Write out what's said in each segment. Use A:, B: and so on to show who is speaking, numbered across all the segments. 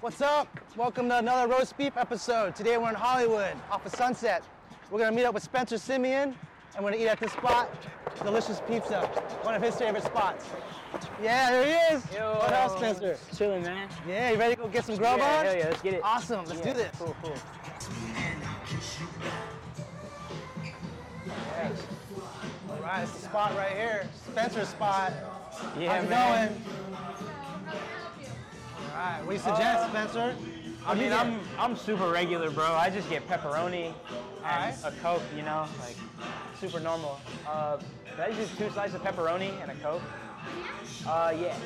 A: What's up? Welcome to another Roast Beef episode. Today we're in Hollywood, off of Sunset. We're gonna meet up with Spencer Simeon, and we're gonna eat at this spot, delicious pizza, one of his favorite spots. Yeah, there he is. What up, Spencer?
B: Chilling, man.
A: Yeah, you ready to go get some grub
B: yeah,
A: on?
B: hell yeah, let's get it.
A: Awesome. Let's
B: Yeah,
A: do this.
B: Cool, cool.
A: All right, it's the spot right here, Spencer's spot.
B: Yeah,
A: How's it
B: man.
A: going? Uh, All right, what do you suggest, Spencer?
B: I mean, I'm I'm super regular, bro. I just get pepperoni and
A: Alright.
B: a coke, you know, like super normal. Uh, did I just do two slices of pepperoni and a coke? Uh, yeah,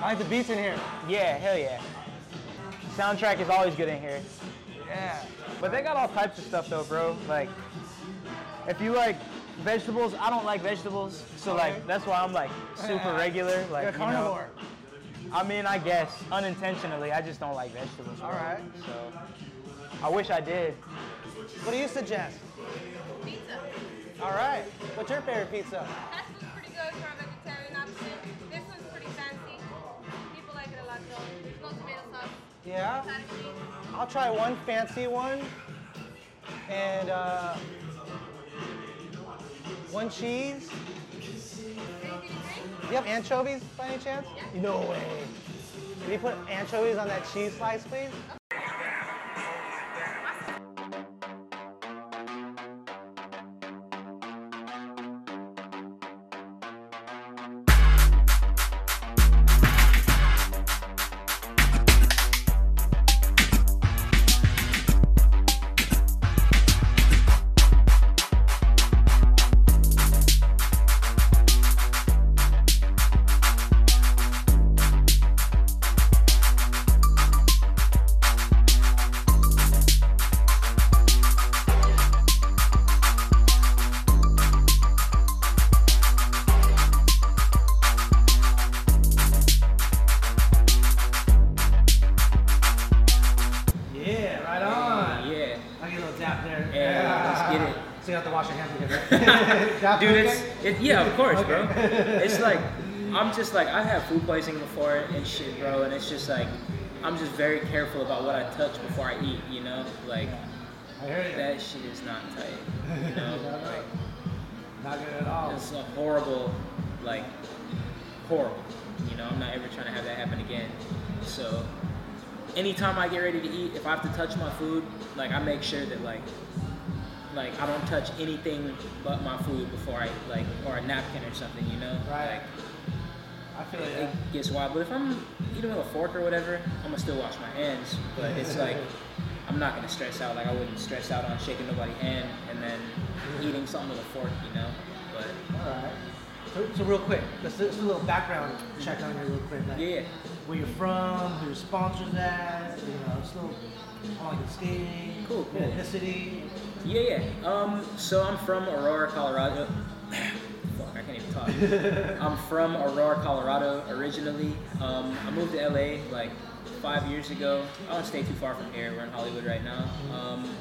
A: I like the beats in here.
B: yeah, hell yeah. Soundtrack is always good in here,
A: Yeah.
B: but they got all types of stuff though, bro. Like, if you like vegetables, I don't like vegetables, so
A: Okay.
B: like that's why I'm like super regular. Like,
A: You're
B: you
A: a
B: know,
A: carnivore.
B: I mean, I guess unintentionally, I just don't like vegetables. bro.
A: All right.
B: So I wish I did.
A: What do you suggest?
C: Pizza.
A: All right. What's your favorite pizza?
C: That one's pretty good for a vegetarian option. This one's pretty fancy. People like it a lot though. There's no tomato sauce.
A: Yeah.
C: Not a cheese.
A: I'll try one fancy one, and uh, one cheese.
C: Anything you drink?
A: Do you have anchovies by any chance? No way. Can you put anchovies on that cheese slice, please? Yeah, right on.
B: Yeah.
A: I get a little dap there.
B: Yeah, let's get it.
A: So you have to wash your hands again. Dap
D: Dude,
A: okay?
D: it's it, yeah, of course, bro. It's like I'm just like I had food poisoning before and shit, bro, and it's just like I'm just very careful about what I touch before I eat, you know? Like
A: I hear you.
D: that shit is not tight. You know? Like
A: Not good at all.
D: it's a horrible like horrible. You know, I'm not ever trying to have that happen again. So anytime I get ready to eat, if I have to touch my food, like I make sure that like like I don't touch anything but my food before I like or a napkin or something, you know?
A: Right. I
D: Like
A: feel
D: it,
A: you.
D: it gets wild. But if I'm eating with a fork or whatever, I'm gonna still wash my hands. But it's like I'm not gonna stress out. Like I wouldn't stress out on shaking nobody's hand and then eating something with a fork, you know? But
A: All right. So, so real quick, let's do, let's do a little background check on you real quick. Like
D: yeah.
A: Where you're from, who your sponsors at, you know, just a little, how long you skating,
D: Cool,
A: your
D: cool.
A: ethnicity.
D: Yeah, yeah. Um, so I'm from Aurora, Colorado. Fuck, I can't even talk. I'm from Aurora, Colorado originally. Um, I moved to LA like five years ago. I don't stay too far from here. We're in Hollywood right now. Um,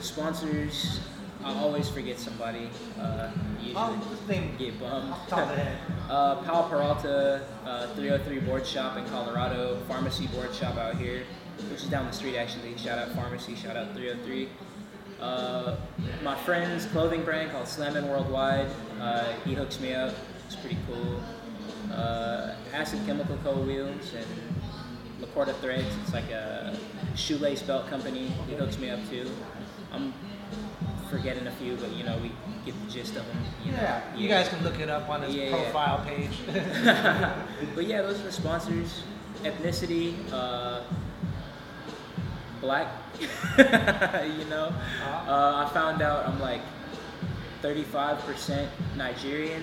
D: sponsors, I always forget somebody. Uh, usually
A: Oh, this thing.
D: get bummed.
A: Off the top of the head.
D: Uh, Pal Peralta, uh, 303 Board Shop in Colorado, Pharmacy Board Shop out here, which is down the street actually. Shout out Pharmacy, shout out 303. Uh, my friend's clothing brand called Slammin' Worldwide, uh, he hooks me up, it's pretty cool. Uh, Acid Chemical Co Wheels and Lacorda Threads, it's like a shoelace belt company, he hooks me up too. I'm forgetting a few, but you know, we get the gist of them. You know?
A: Yeah, you guys can look it up on his
D: Yeah, yeah.
A: profile page.
D: but yeah, those are the sponsors. Ethnicity, uh, black. you know,
A: Uh-huh.
D: uh, I found out I'm like 35% Nigerian.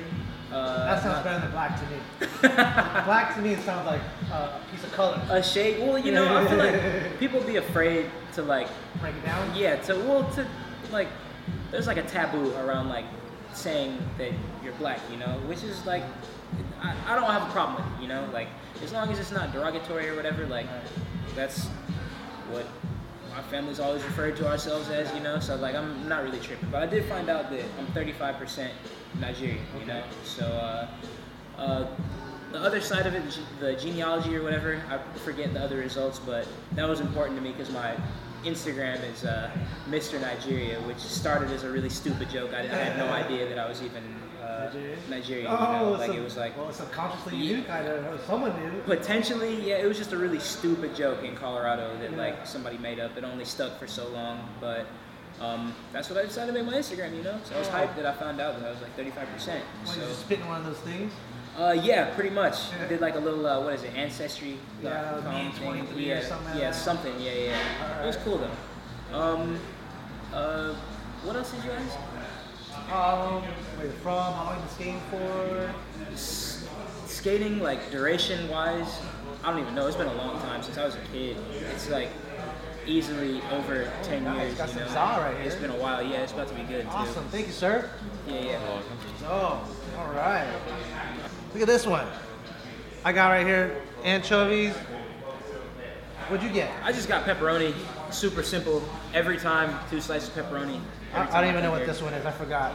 D: Uh,
A: that sounds
D: not-
A: better than black to me. black to me sounds like uh, a piece of color.
D: A shade. Well, you know, I feel like people be afraid to like,
A: Break it down.
D: yeah, to well, to like, there's like a taboo around like saying that you're black. You know, which is like, I, I don't have a problem with. It, you know, like as long as it's not derogatory or whatever, like. that's what my family's always referred to ourselves as, you know. So like, I'm not really tripping, but I did find out that I'm 35% Nigerian, you know. So uh, uh, the other side of it, g- the genealogy or whatever, I forget the other results, but that was important to me because my Instagram is uh, Mr. Nigeria, which started as a really stupid joke. I, I had no idea that I was even uh,
A: Nigerian?
D: Nigerian. you
A: Oh,
D: know? Like
A: sub-
D: it was like
A: well, subconsciously you knew kind of. or Someone knew.
D: potentially, yeah, it was just a really stupid joke in Colorado that like somebody made up. It only stuck for so long, but. Um, that's what I decided to make my Instagram, you know? So I was hyped that I found out that I was like 35%.
A: When
D: So,
A: you're spitting one of those things.
D: uh, yeah, pretty much.
A: Yeah.
D: I did like a little, uh, what is it, ancestry?
A: Yeah,
D: dot com
A: me and
D: thing.
A: 23 or
D: yeah,
A: something like
D: Yeah,
A: that.
D: something. Yeah, yeah. It was
A: Alright.
D: cool though. Um, uh, what else did you ask?
A: Um, where you're from, how long you been skating for.
D: S- skating, like duration wise, I don't even know. It's been a long time since I was a kid. It's like easily over 10
A: nice.
D: years.
A: Got
D: you
A: some
D: know?
A: za right
D: It's
A: here.
D: been a while. Yeah, it's about to be good too.
A: Awesome. Thank you, sir.
D: Yeah, yeah.
A: Oh, all right. Look at this one. I got right here anchovies. What'd you get?
D: I just got pepperoni. Super simple. Every time, two slices of pepperoni.
A: I,
D: every
A: I
D: time
A: don't even
D: come
A: know what
D: here.
A: this one is. I forgot.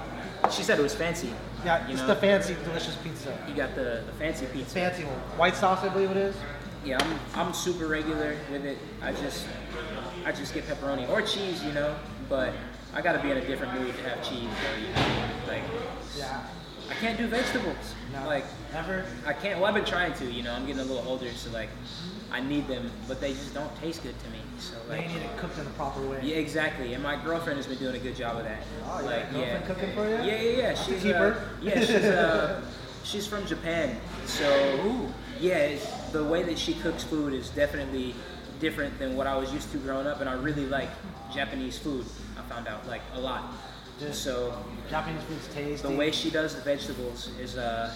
D: She said it was fancy.
A: Yeah,
D: You
A: it's
D: know?
A: the fancy, delicious pizza.
D: You got the, the fancy pizza.
A: Fancy one. White sauce, I believe it is.
D: Yeah, I'm, I'm super regular with it. I just I just get pepperoni or cheese, you know. But I gotta be in a different mood to have cheese. Though, you know? Like
A: Yeah.
D: I can't do vegetables.
A: No.
D: Like
A: never.
D: I can't. Well, I've been trying to. You know, I'm getting a little older, so like I need them, but they just don't taste good to me. So
A: Now you
D: like.
A: need it cooked in the proper way.
D: Yeah, exactly. And my girlfriend has been doing a good job of that.
A: Oh, yeah. Girlfriend cooking for you?
D: Yeah, yeah, yeah. She's
A: keep
D: uh,
A: her.
D: yeah, she's uh, she's from Japan, so
A: Ooh.
D: yeah, it's, the way that she cooks food is definitely different than what I was used to growing up, and I really like Japanese food. I found out like a lot.
A: Just-
D: so
A: Japanese food's tasty.
D: the way she does the vegetables is uh,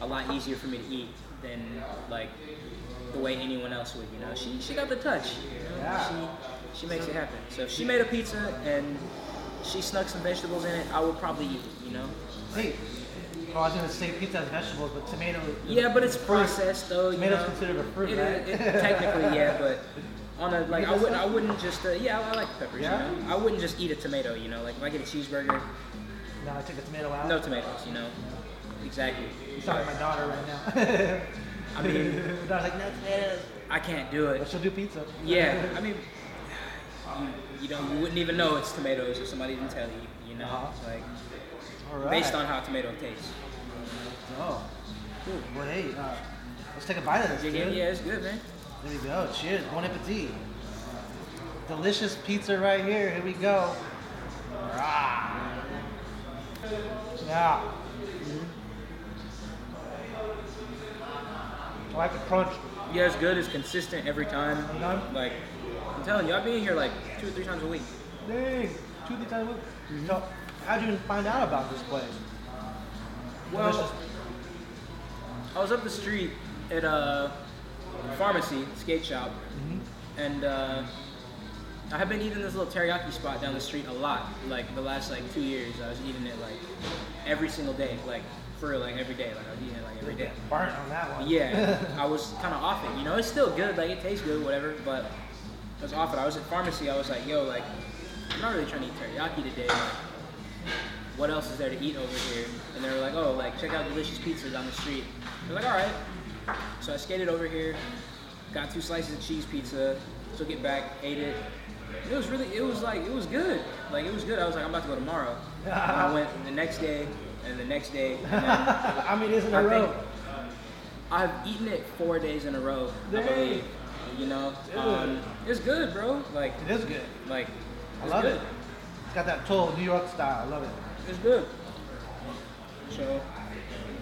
D: a lot easier for me to eat than like the way anyone else would. You know, she she got the touch. You know?
A: Yeah.
D: She she makes it happen. So if she made a pizza and she snuck some vegetables in it, I would probably eat it. You know.
A: Hey, well, I was gonna say pizza has vegetables, but tomato.
D: Yeah, but it's
A: fruit.
D: processed though. You
A: Tomatoes
D: know?
A: considered a fruit,
D: It-
A: right?
D: it- technically, yeah, but on a like, I
A: guess
D: wouldn't. I
A: that?
D: wouldn't just. Uh, yeah, I like peppers.
A: Yeah?
D: You know? I wouldn't just eat a tomato. You know, like if I get a cheeseburger,
A: No, I took the tomato out.
D: no tomatoes. You know, exactly.
A: I'm talking to my daughter right now.
D: I mean,
A: my daughter's like, no tomatoes.
D: I can't do
A: But
D: it.
A: she'll do pizza.
D: Yeah, I mean, you, you don't. You wouldn't even know it's tomatoes if somebody didn't tell you. You know,
A: Uh-huh.
D: It's like
A: All right.
D: based on how tomato tastes.
A: Oh, cool. Well, hey, uh, let's take a bite of this,
D: Yeah,
A: dude.
D: yeah, yeah, it's good, man.
A: There we go. Cheers. Bon appetit. Delicious pizza right here. Here we go. Rah. Yeah. Mm-hmm. I like the crunch.
D: Yeah, it's good. It's consistent every time.
A: You know?
D: Like, I'm telling you, I've been here like two or three times a week.
A: Dang. Two three times a week. So, how'd you even find out about this place?
D: Well,
A: Delicious.
D: I was up the street at a pharmacy, skate shop, and uh, I have been eating this little teriyaki spot down the street a lot. Like the last like two years, I was eating it like every single day, like for real, like every day. Like I was eating it like every day.
A: Burnt on that one.
D: Yeah, I was kind of off it. You know, it's still good. Like it tastes good, whatever. But I was off it. I was at pharmacy. I was like, yo, like I'm not really trying to eat teriyaki today. Like, what else is there to eat over here? And they were like, oh, like check out delicious pizza down the street. I was like, all right. So I skated over here, got two slices of cheese pizza, took it back, ate it. It was really, it was like, it was good. Like it was good. I was like, I'm about to go tomorrow. and I went the next day, and the next day, and then
A: I mean, it's in a
D: I
A: row.
D: think I've eaten it four days in a row. I
A: Dang.
D: believe. You know, um, it's good, bro. Like,
A: It is good.
D: like,
A: I
D: it's
A: love
D: good.
A: it. It's got that total New York style. I love it.
D: It's good. So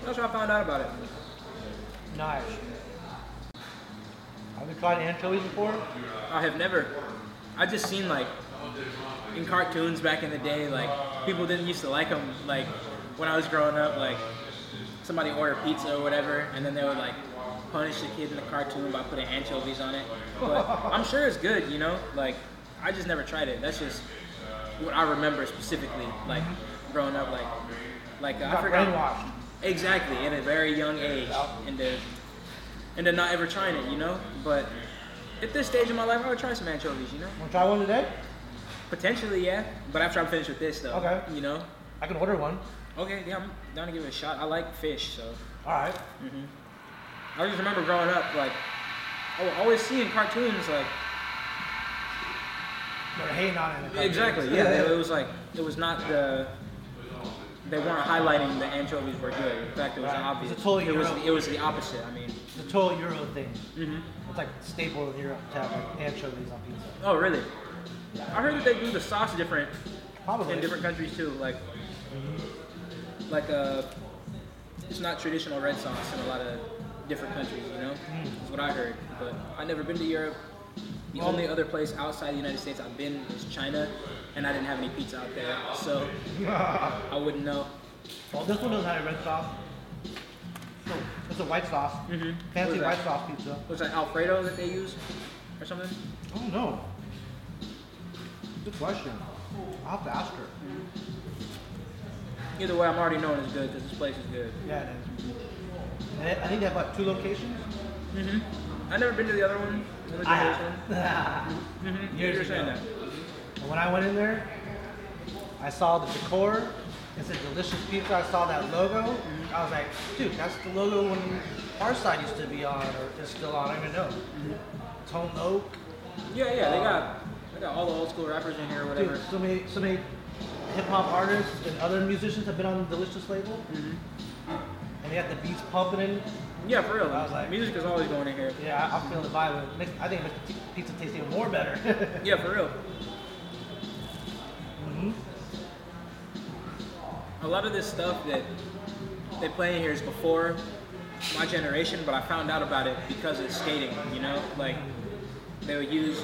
D: that's how I found out about it.
A: Nice. Have you tried anchovies before?
D: I have never. I just seen like in cartoons back in the day, like people didn't used to like them. Like when I was growing up, like somebody ordered pizza or whatever, and then they would like punish the kid in the cartoon by putting anchovies on it. But I'm sure it's good, you know. Like I just never tried it. That's just what I remember specifically, like growing up, like like
A: You
D: I
A: got
D: forgot
A: brainwashed.
D: exactly at a very young age, into into not ever trying it, you know. But at this stage in my life, I would try some anchovies, you know.
A: Want to try one today?
D: Potentially, yeah. But after I'm finished with this, though,
A: Okay.
D: you know.
A: I can order one.
D: Okay, yeah, I'm down to give it a shot. I like fish, so
A: All right.
D: I just remember growing up, like, I would always seeing cartoons, like,
A: They're hating on it. in the cartoons.
D: exactly, yeah. It, was like, it was not the, they weren't highlighting the anchovies were good. In fact, it was
A: Right.
D: obvious.
A: It's a totally
D: it was,
A: different-
D: it was the opposite. I mean,
A: The total Euro thing.
D: Mm-hmm.
A: It's like staple in Europe to have like anchovies on pizza.
D: oh, really? I heard that they do the sauce different
A: Probably.
D: in different countries too. Like, like uh, it's not traditional red sauce in a lot of different countries. You know, that's what I heard. But I've never been to Europe. The only other place outside the United States I've been is China, and I didn't have any pizza out there, so I wouldn't know.
A: Well, this one doesn't have a red sauce. So it's a white sauce.
D: Mhm. What
A: Fancy
D: is that?
A: white sauce pizza.
D: Was that Alfredo that they use, or something?
A: I don't know. Good question. I'll have to ask her.
D: Either way, I'm already knowing it's good because this place is good.
A: Yeah, it is. And I- I think they have what, two locations?
D: hmm I've never been to the other one. Never
A: Mm-hmm.
D: been to
A: I
D: this
A: have. Mm-hmm.
D: one. Mhm.
A: Years
D: You're saying
A: ago.
D: that.
A: And when I went in there, I saw the decor. It's a delicious pizza. I saw that logo. I was like, dude, that's the logo when our side used to be on, or is still on. I don't even know. Tone Oak.
D: Yeah, yeah, they got they got all the old school rappers in here or whatever.
A: Dude, so many, so many hip hop artists and other musicians have been on the Delicious label. And they got the beats pumping in.
D: Yeah, for real.
A: I was like-
D: Music is always going in here.
A: Yeah, I, I feel the vibe. It makes, I think it makes the t- pizza taste even more better.
D: Yeah, for real.
A: Mhm.
D: A lot of this stuff that they play in here is before my generation, but I found out about it because of skating. You know, like they would use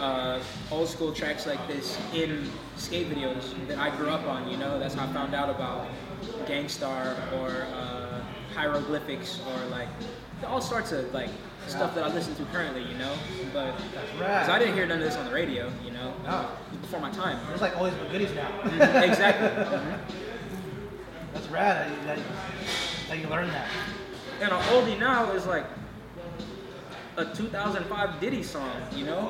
D: uh, old school tracks like this in skate videos that I grew up on. You know, that's how I found out about Gangstar or uh, hieroglyphics or like all sorts of like stuff that I listen to currently. You know, but
A: That's
D: because
A: rad.
D: I didn't hear none of this on the radio. You know,
A: No.
D: it was before my time.
A: There's like all these goodies now.
D: exactly. Mhm.
A: That's rad that, that, that you learned that.
D: And an oldie now is like a 2005 Diddy song, you know,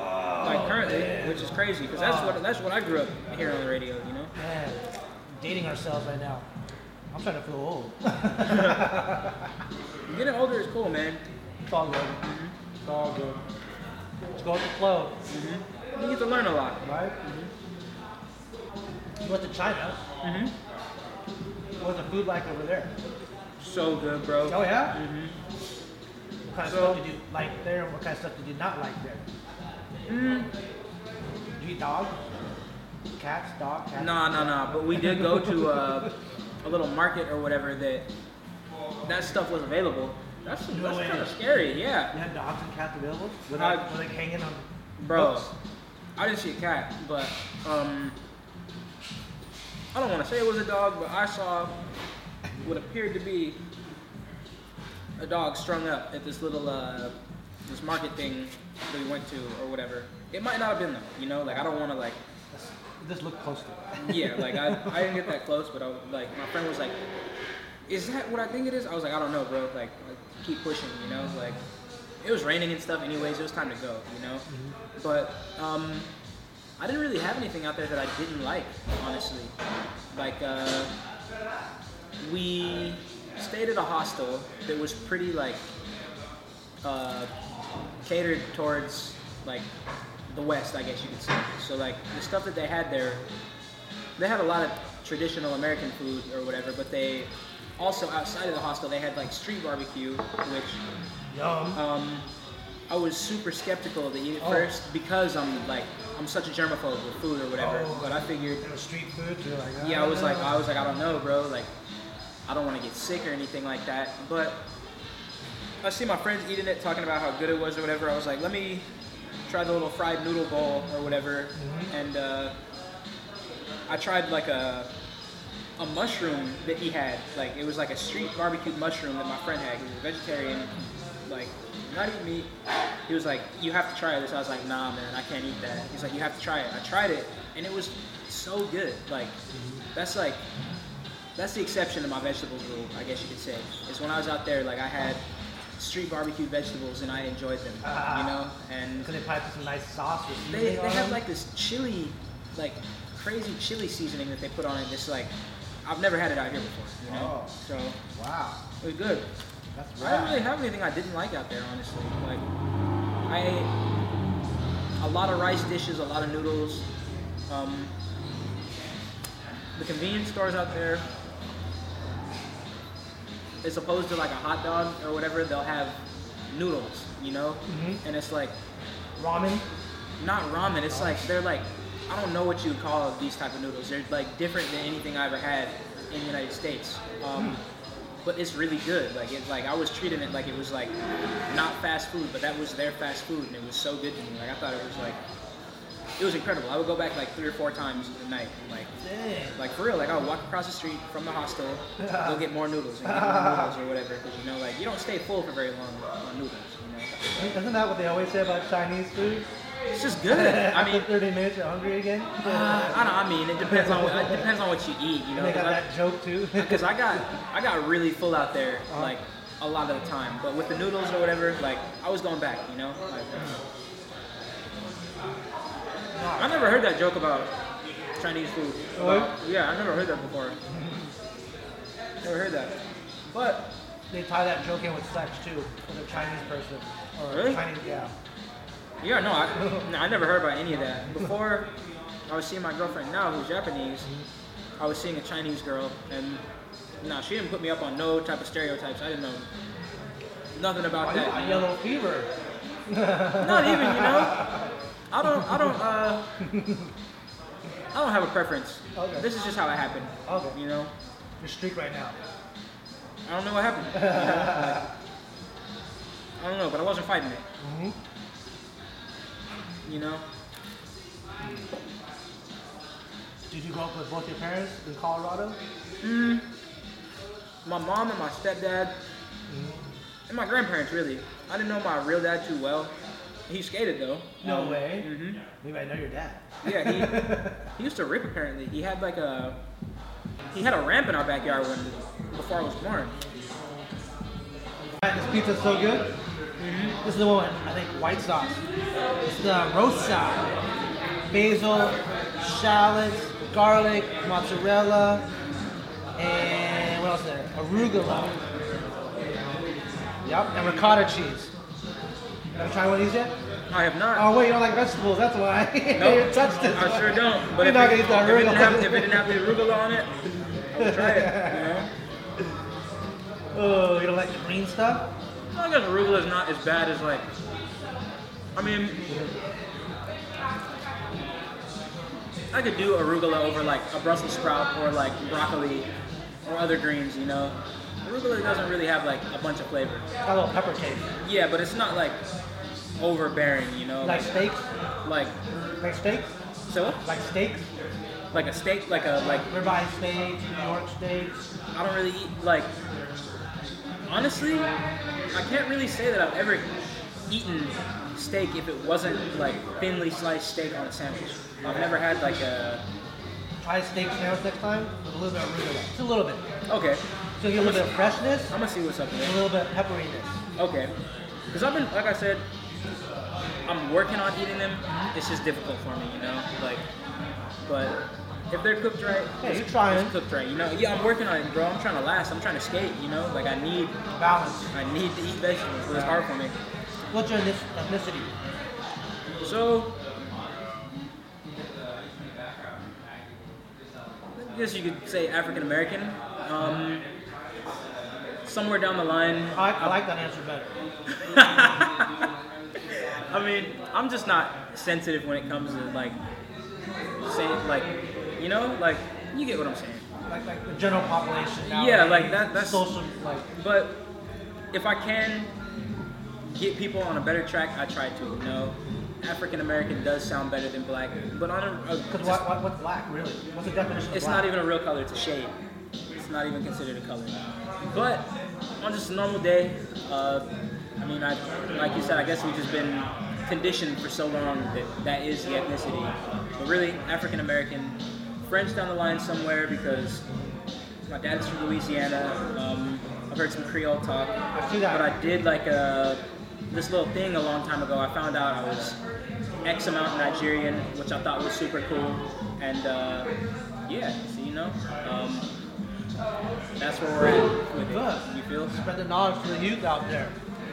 D: like currently, which is crazy because that's what that's what I grew up hearing on the radio, you know.
A: Man, dating ourselves right now. I'm trying to feel old.
D: Getting older is cool, man.
A: it's all good. It's all good. Let's go with the flow,
D: You get to learn a lot.
A: right? You went to China.
D: hmm
A: What's the food like over there?
D: So good, bro.
A: Oh yeah.
D: Mhm.
A: Mm-hmm. What kind of
D: So-
A: stuff did you like there? and What kind of stuff did you not like there?
D: Mm.
A: Did you eat dog? Cats, dog, cats.
D: No, no, no. But we did go to a, a little market or whatever that that stuff was available. That's,
A: No
D: that's
A: way.
D: kind of scary, yeah.
A: You had dogs and cats available? Were
D: I-
A: they, were they hanging on?
D: Bro,
A: hooks?
D: I didn't see a cat, but um, I don't want to say it was a dog, but I saw what appeared to be a dog strung up at this little uh, this market thing that we went to or whatever. It might not have been though, you know. Like I don't want to like
A: Let's- Just look close to it.
D: yeah, like I, I didn't get that close, but I was, like my friend was like, "Is that what I think it is?" I was like, "I don't know, bro. Like, like keep pushing, you know." Like it was raining and stuff. Anyways, it was time to go, you know. But um, I didn't really have anything out there that I didn't like, honestly. Like uh, we stayed at a hostel that was pretty like uh, catered towards like the West, I guess you could say. So like the stuff that they had there, they had a lot of traditional American food or whatever, but they also outside of the hostel they had like street barbecue, which
A: Yum.
D: um, I was super skeptical to eat at
A: Oh.
D: first because I'm like I'm such a germaphobe with food or whatever.
A: Oh.
D: But I figured
A: It was street food. You're like,
D: yeah, I was like,
A: "Ah."
D: I was like, I don't know, bro. Like, I don't want to get sick or anything like that. But I see my friends eating it, talking about how good it was or whatever. I was like, let me try the little fried noodle bowl or whatever. And uh, I tried like a a mushroom that he had. Like, it was like a street barbecued mushroom that my friend had. He was a vegetarian, like. Not eat meat. He was like, "You have to try this." I was like, "Nah, man, I can't eat that." He's like, "You have to try it." I tried it, and it was so good. Like, that's like that's the exception to my vegetables rule, I guess you could say. Is when I was out there, like I had street barbecue vegetables and I enjoyed them, you know. And
A: Could they probably put some nice sauce or something?
D: they they have like this chili, like crazy chili seasoning that they put on it. That's like I've never had it out here before, you know.
A: Oh.
D: So
A: Wow.
D: it was good.
A: That's
D: I didn't
A: right.
D: really have anything I didn't like out there, honestly. Like, I ate a lot of rice dishes, a lot of noodles. Um, the convenience stores out there, as opposed to like a hot dog or whatever, they'll have noodles, you know? And it's like,
A: Ramen.
D: not ramen. It's like they're like I don't know what you would call these type of noodles. They're like different than anything I ever had in the United States. Um, but it's really good. Like it, like I was treating it like it was like not fast food, but that was their fast food, and it was so good to me. Like I thought it was like it was incredible. I would go back like three or four times a night. Like
A: Dang.
D: like for real. Like I would walk across the street from the hostel, go get more noodles and get more noodles or whatever, because you know like you don't stay full for very long on noodles. You know,
A: Isn't that what they always say about Chinese food?
D: it's just good. I
A: After
D: mean.
A: 30 minutes, you're hungry again.
D: Uh, I don't. I mean, it depends on what, it depends on what you eat, you
A: And they got
D: know.
A: that joke too.
D: Because I, got I got really full out there like a lot of the time, but with the noodles or whatever, like I was going back, you know. Like, I never heard that joke about Chinese food.
A: Really?
D: About- yeah, I never heard that before. never heard that. But
A: they tie that joke in with sex too, with a Chinese person or
D: oh, Really?
A: a Chinese yeah.
D: Yeah, no, I, no, I never heard about any of that. Before I was seeing my girlfriend now, who's Japanese, I was seeing a Chinese girl, and nah, she didn't put me up on no type of stereotypes. I didn't know nothing
A: Oh,
D: about
A: you
D: that.
A: got
D: you know?
A: yellow fever.
D: Not even, you know. I don't, I don't, uh, I don't have a preference.
A: Okay.
D: This is just how it happened.
A: Okay.
D: You know,
A: You're streak right now.
D: I don't know what happened. you know? Like, I don't know, but I wasn't fighting it.
A: Mm-hmm.
D: You know.
A: Did you grow up with both your parents in Colorado?
D: Mm, my mom and my stepdad and my grandparents really. I didn't know my real dad too well. He skated though.
A: No way.
D: hmm
A: Maybe I know your dad.
D: Yeah, he, he used to rip apparently. He had like a he had a ramp in our backyard when before I was born.
A: Alright, This pizza's so good. Mm-hmm. This is the one with, I think white sauce. It's the roast side. Basil, shallots, garlic, mozzarella, and what else is there? Arugula. Yep, and ricotta cheese. You ever tried one of these yet?
D: I have not.
A: Oh wait, you don't like vegetables, that's why. you touched this
D: I
A: one.
D: sure don't. But
A: You're
D: if,
A: not gonna
D: it,
A: eat that
D: if it
A: arugula.
D: didn't have, if it didn't have the arugula on it, I would try it. You know?
A: Oh, you don't like the green stuff?
D: I guess arugula is not as bad as like. I mean, I could do arugula over like a Brussels sprout or like broccoli or other greens. You know, arugula doesn't really have like a bunch of flavor.
A: Got a little pepper cake.
D: Yeah, but it's not like overbearing. You know,
A: Like steaks?
D: like
A: Like steaks?
D: so
A: Like steaks?
D: like a steak, like a like
A: Ribeye steaks, New York steaks.
D: I don't really eat like honestly, I can't really say that I've ever eaten steak if it wasn't like thinly sliced steak on a sandwich. I've never had like a
A: Try steak sandwich next time with a little bit of arugula. Just a little bit.
D: okay.
A: So you get a little bit of freshness,
D: I'm gonna see what's up
A: and a
D: there.
A: little bit of pepperiness.
D: Okay, because I've been like I said, I'm working on eating them. It's just difficult for me, you know. Like, but if they're cooked right,
A: Hey,
D: it's-
A: you're trying.
D: It's cooked right, you know. Yeah, I'm working on it, bro. I'm trying to last. I'm trying to skate, you know. Like I need,
A: Balance.
D: I need to eat vegetables. But it's hard for me.
A: What's your ethnic- ethnicity?
D: So, I guess you could say African American. Um, somewhere down the line.
A: I, I like that answer better.
D: I mean, I'm just not sensitive when it comes to like saying like, you know, like you get what I'm saying.
A: Like like the general population now.
D: Yeah, like that- that's-
A: social like
D: But if I can get people on a better track, I try to. You know, African American does sound better than black, but on a, a
A: because what, what what's black really? What's the definition of
D: It's
A: black?
D: not even a real color, it's a shade. It's not even considered a color. But on just a normal day, uh, I mean, I, like you said, I guess we've just been conditioned for so long that that is the ethnicity. But really, African American, French down the line somewhere because my dad's from Louisiana. Um, I've heard some Creole talk.
A: I see that.
D: But I did like a, this little thing a long time ago. I found out I was X amount Nigerian, which I thought was super cool. And uh, yeah, so you know, um, that that's where we're at with
A: Good.
D: it. You feel?
A: Spread the knowledge to the youth out there.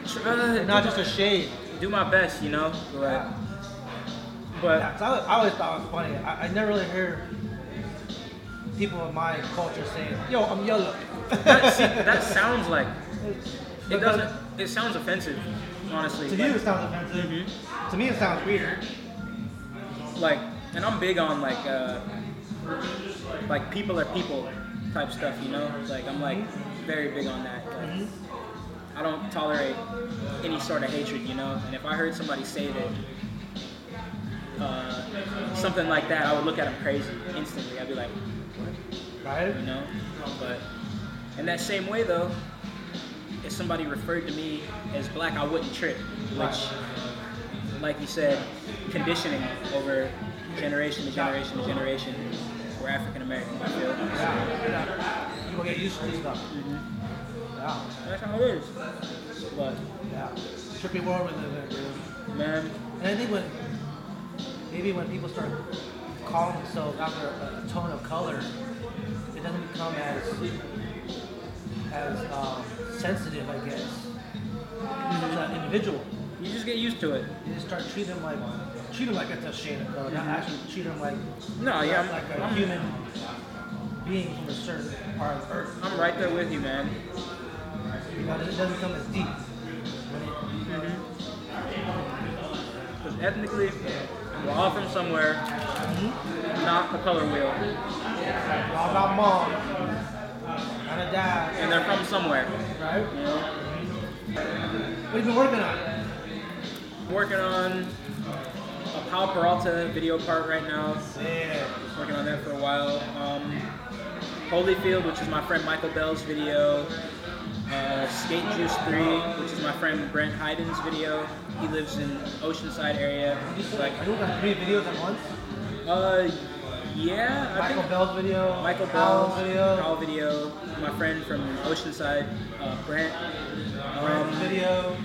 D: Tr- uh,
A: And not just a shade.
D: do my best, you know. But,
A: Yeah,
D: but
A: 'cause I, always- I always thought it was funny. I, I never really hear people of my culture saying, yo, I'm yellow.
D: that, see, that sounds like it
A: Because
D: doesn't. It sounds offensive, honestly.
A: To
D: like,
A: you, it sounds offensive. To me, it sounds weird.
D: like and I'm big on like uh like people are people type stuff, you know? Like I'm like very big on that. Like, I don't tolerate any sort of hatred, you know? And if I heard somebody say that uh, something like that, I would look at them crazy instantly. I'd be like,
A: Right?
D: you know? But in that same way though, if somebody referred to me as black, I wouldn't trip, which like you said, conditioning over generation to generation to generation. We're African American, I feel. So
A: Yeah. People get used to this stuff. Yeah.
D: that's how it is. But
A: Yeah. Trippy world we live in, dude.
D: man,
A: And I think when maybe when people start calling themselves after a, a tone of color, it doesn't become as as um, sensitive, I guess, to that individual.
D: you just get used to it.
A: You just start treating them like treat them like it's a shade of color, not actually treat them like
D: No, yeah, I'm-
A: like a
D: I'm-
A: human being from a certain part of Earth.
D: I'm right there with you, man.
A: You know, it doesn't become as deep. When it-
D: 'Cause ethnically, we're all from somewhere, not the color wheel,
A: It's all about mom and a dad,
D: and they're from somewhere.
A: right?
D: You know,
A: What have you been working on?
D: working on a Pal Peralta video part right now.
A: Yeah.
D: working on that for a while. Um, Holyfield, which is my friend Michael Bell's video. Uh, Skate Juice 3, which is my friend Brent Hyden's video. He lives in Oceanside area. He's like,
A: Are you working on three videos at once?
D: uh, yeah, I
A: Michael
D: think
A: Bell's video,
D: Michael
A: Al's
D: Bell's
A: video,
D: Powell video. My friend from Oceanside, uh, Brent.
A: Brent's
D: Um,
A: video.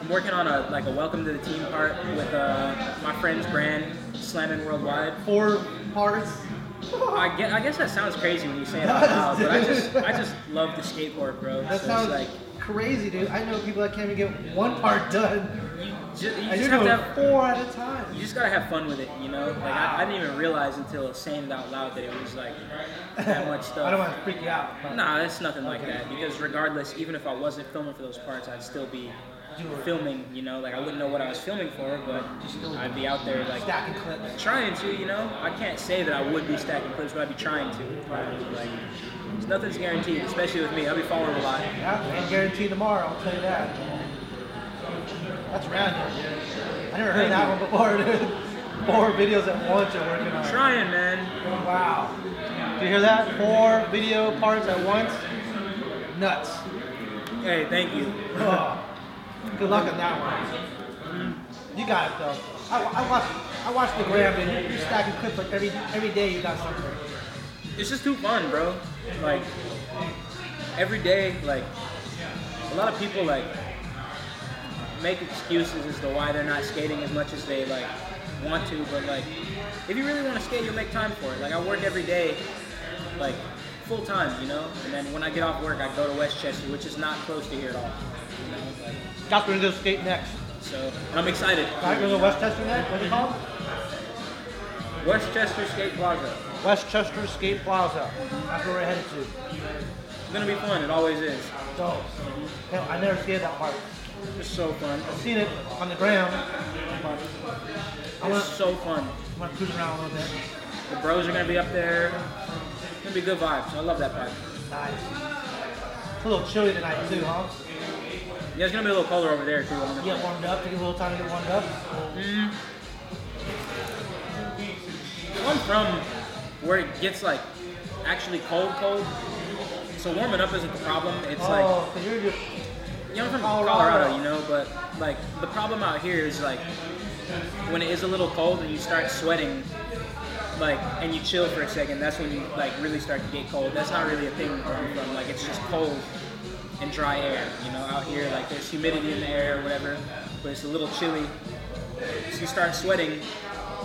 D: I'm working on a like a welcome to the team part with uh, my friend's brand Slamming Worldwide.
A: Four parts.
D: I guess, I guess that sounds crazy when you say it out loud, but I just I just love the skateboard, bro.
A: That
D: so
A: sounds
D: it's like
A: crazy, dude. I know people that can't even get one part done.
D: you, ju- you
A: And
D: just
A: you're
D: have
A: doing
D: to have,
A: four at a time.
D: you just gotta have fun with it, you know. Like I, I didn't even realize until saying it out loud that it was like that much stuff.
A: I don't want to freak you out. But
D: Nah, it's nothing like that. Because regardless, even if I wasn't filming for those parts, I'd still be filming. You know, like I wouldn't know what I was filming for, but I'd be out there like
A: Stacking clips.
D: trying to. You know, I can't say that I would be stacking clips, but I'd be trying to. Like, nothing's guaranteed, especially with me. I'll be following a lot.
A: Yeah, ain't guaranteed tomorrow. I'll tell you that. That's random. dude. I never heard that one before, dude. Four videos at once you're working on.
D: Trying, man.
A: Wow. Do you hear that? Four video parts at once? Nuts.
D: Hey, thank you.
A: Ugh. Good luck on that one. You got it though. I, I watch I watch the gram and you're stacking clips like every every day you got something.
D: It's just too fun, bro. Like every day, like a lot of people like make excuses as to why they're not skating as much as they like want to, but like if you really want to skate, you'll make time for it. Like I work every day, like full time, you know. And then when I get off work, I go to Westchester, which is not close to here at all. You know, like,
A: Got to go skate next.
D: so and I'm excited.
A: Got to go to Westchester next? What's it called?
D: Westchester Skate Plaza.
A: Westchester Skate Plaza. That's where we're headed to.
D: It's gonna be fun. It always is.
A: Dope. Hell, I never skated that part.
D: It's so fun.
A: I've seen it on the ground. but I want
D: It's so fun.
A: to cruise around a little bit.
D: The bros are gonna be up there. It's gonna be good vibes. I love that vibe.
A: Nice. It's a little chilly tonight too, huh?
D: Yeah, it's gonna be a little colder over there too.
A: You
D: Honestly.
A: get warmed up. Take a little time to get warmed up.
D: I'm from where it gets like actually cold, cold. So warming up isn't the problem. It's like
A: oh, so you're just
D: you know, I'm from
A: Colorado.
D: Colorado, you know, but like the problem out here is like when it is a little cold and you start sweating, like and you chill for a second. That's when you like really start to get cold. That's not really a thing where I'm from. Like it's just cold and dry air. You know, out here like there's humidity in the air or whatever, but it's a little chilly. So you start sweating,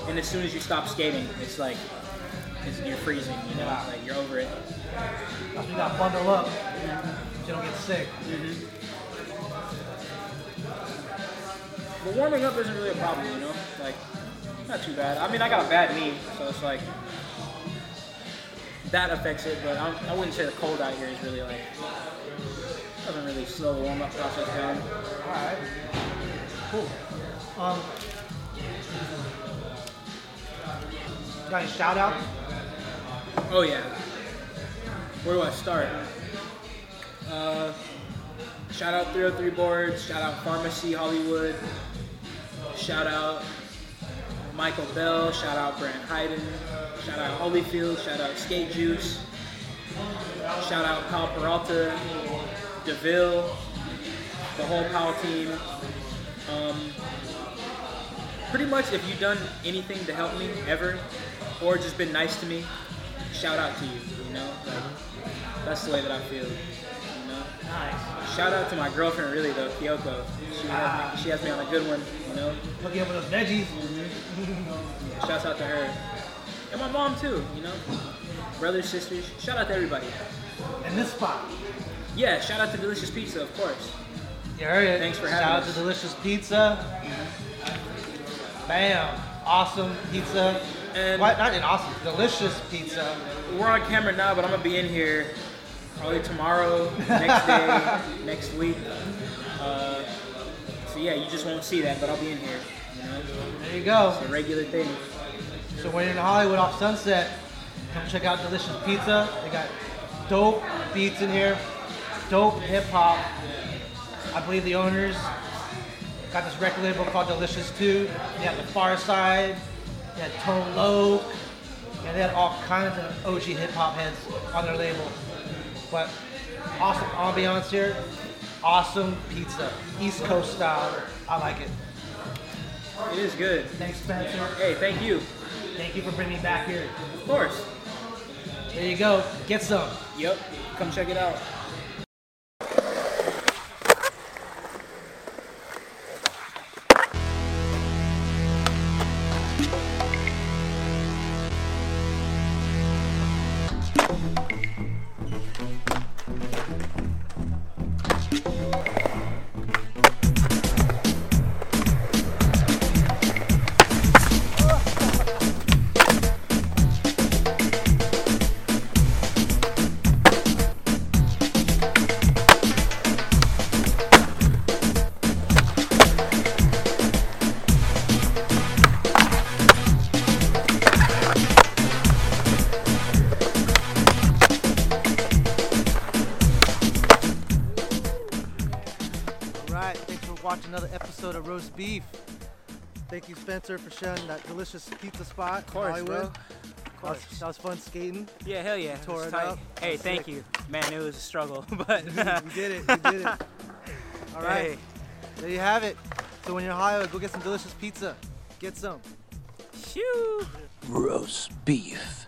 D: and as soon as you stop skating, it's like it's, you're freezing. You know, like you're over it.
A: That's what you got gotta bundle up so you don't get sick.
D: But warming up isn't really a problem, you know? Like, not too bad. I mean, I got a bad knee, so it's like, that affects it, but I'm, I wouldn't say the cold out here is really like, doesn't really slow the warm up process down.
A: Alright. Cool. Um, got any shout outs?
D: Oh, yeah. Where do I start? Uh, shout out 303 Boards, shout out Pharmacy Hollywood, shout out Michael Bell, shout out Brent Hyden, shout out Holyfield, shout out Skate Juice, shout out Kyle Peralta, DeVille, the whole Powell team. Um, pretty much if you've done anything to help me ever or just been nice to me, shout out to you, you know? Like, that's the way that I feel, you know?
A: Nice.
D: Shout out to my girlfriend, really, though, Kyoko. She has me, she has me on a good one, you know?
A: Looking up for those veggies.
D: Shouts out to her. And my mom, too, you know? Brothers, sisters, shout out to everybody.
A: In this spot.
D: Yeah, shout out to Delicious Pizza, of course.
A: You heard it.
D: Thanks for
A: Shout
D: having
A: out
D: us. Mm-hmm.
A: to Delicious Pizza. Bam. Awesome pizza.
D: And-
A: What? Not an awesome. Delicious pizza.
D: We're on camera now, but I'm gonna be in here probably tomorrow, next day, next week. Uh, so yeah, you just won't see that, but I'll be in here. You know,
A: There you go.
D: it's a regular thing.
A: So when you're in Hollywood off Sunset, come check out Delicious Pizza. They got dope beats in here, dope hip hop. I believe the owners got this record label called Delicious Too. They had The Far Side, they had Tone Loc, and they had all kinds of OG hip hop heads on their label. But awesome ambiance here, awesome pizza, East Coast style. I like it.
D: It is good.
A: Thanks, Spencer.
D: Hey, thank you.
A: Thank you for bringing me back here.
D: Of course.
A: There you go. Get some.
D: Yep. Come check it out.
A: Right, thanks for watching another episode of Roast Beef. Thank you, Spencer, for sharing that delicious pizza spot of
D: course,
A: in
D: bro.
A: Hollywood. That was-
D: course.
A: That, was, fun skating.
D: Yeah, hell yeah.
A: Tore
D: It's
A: it
D: tight.
A: up.
D: Hey, thank you, man. It was a struggle, but
A: we did it. We did it. All right,
D: hey,
A: there you have it. So when you're in Hollywood, go get some delicious pizza. Get some.
D: shoo.
E: roast beef.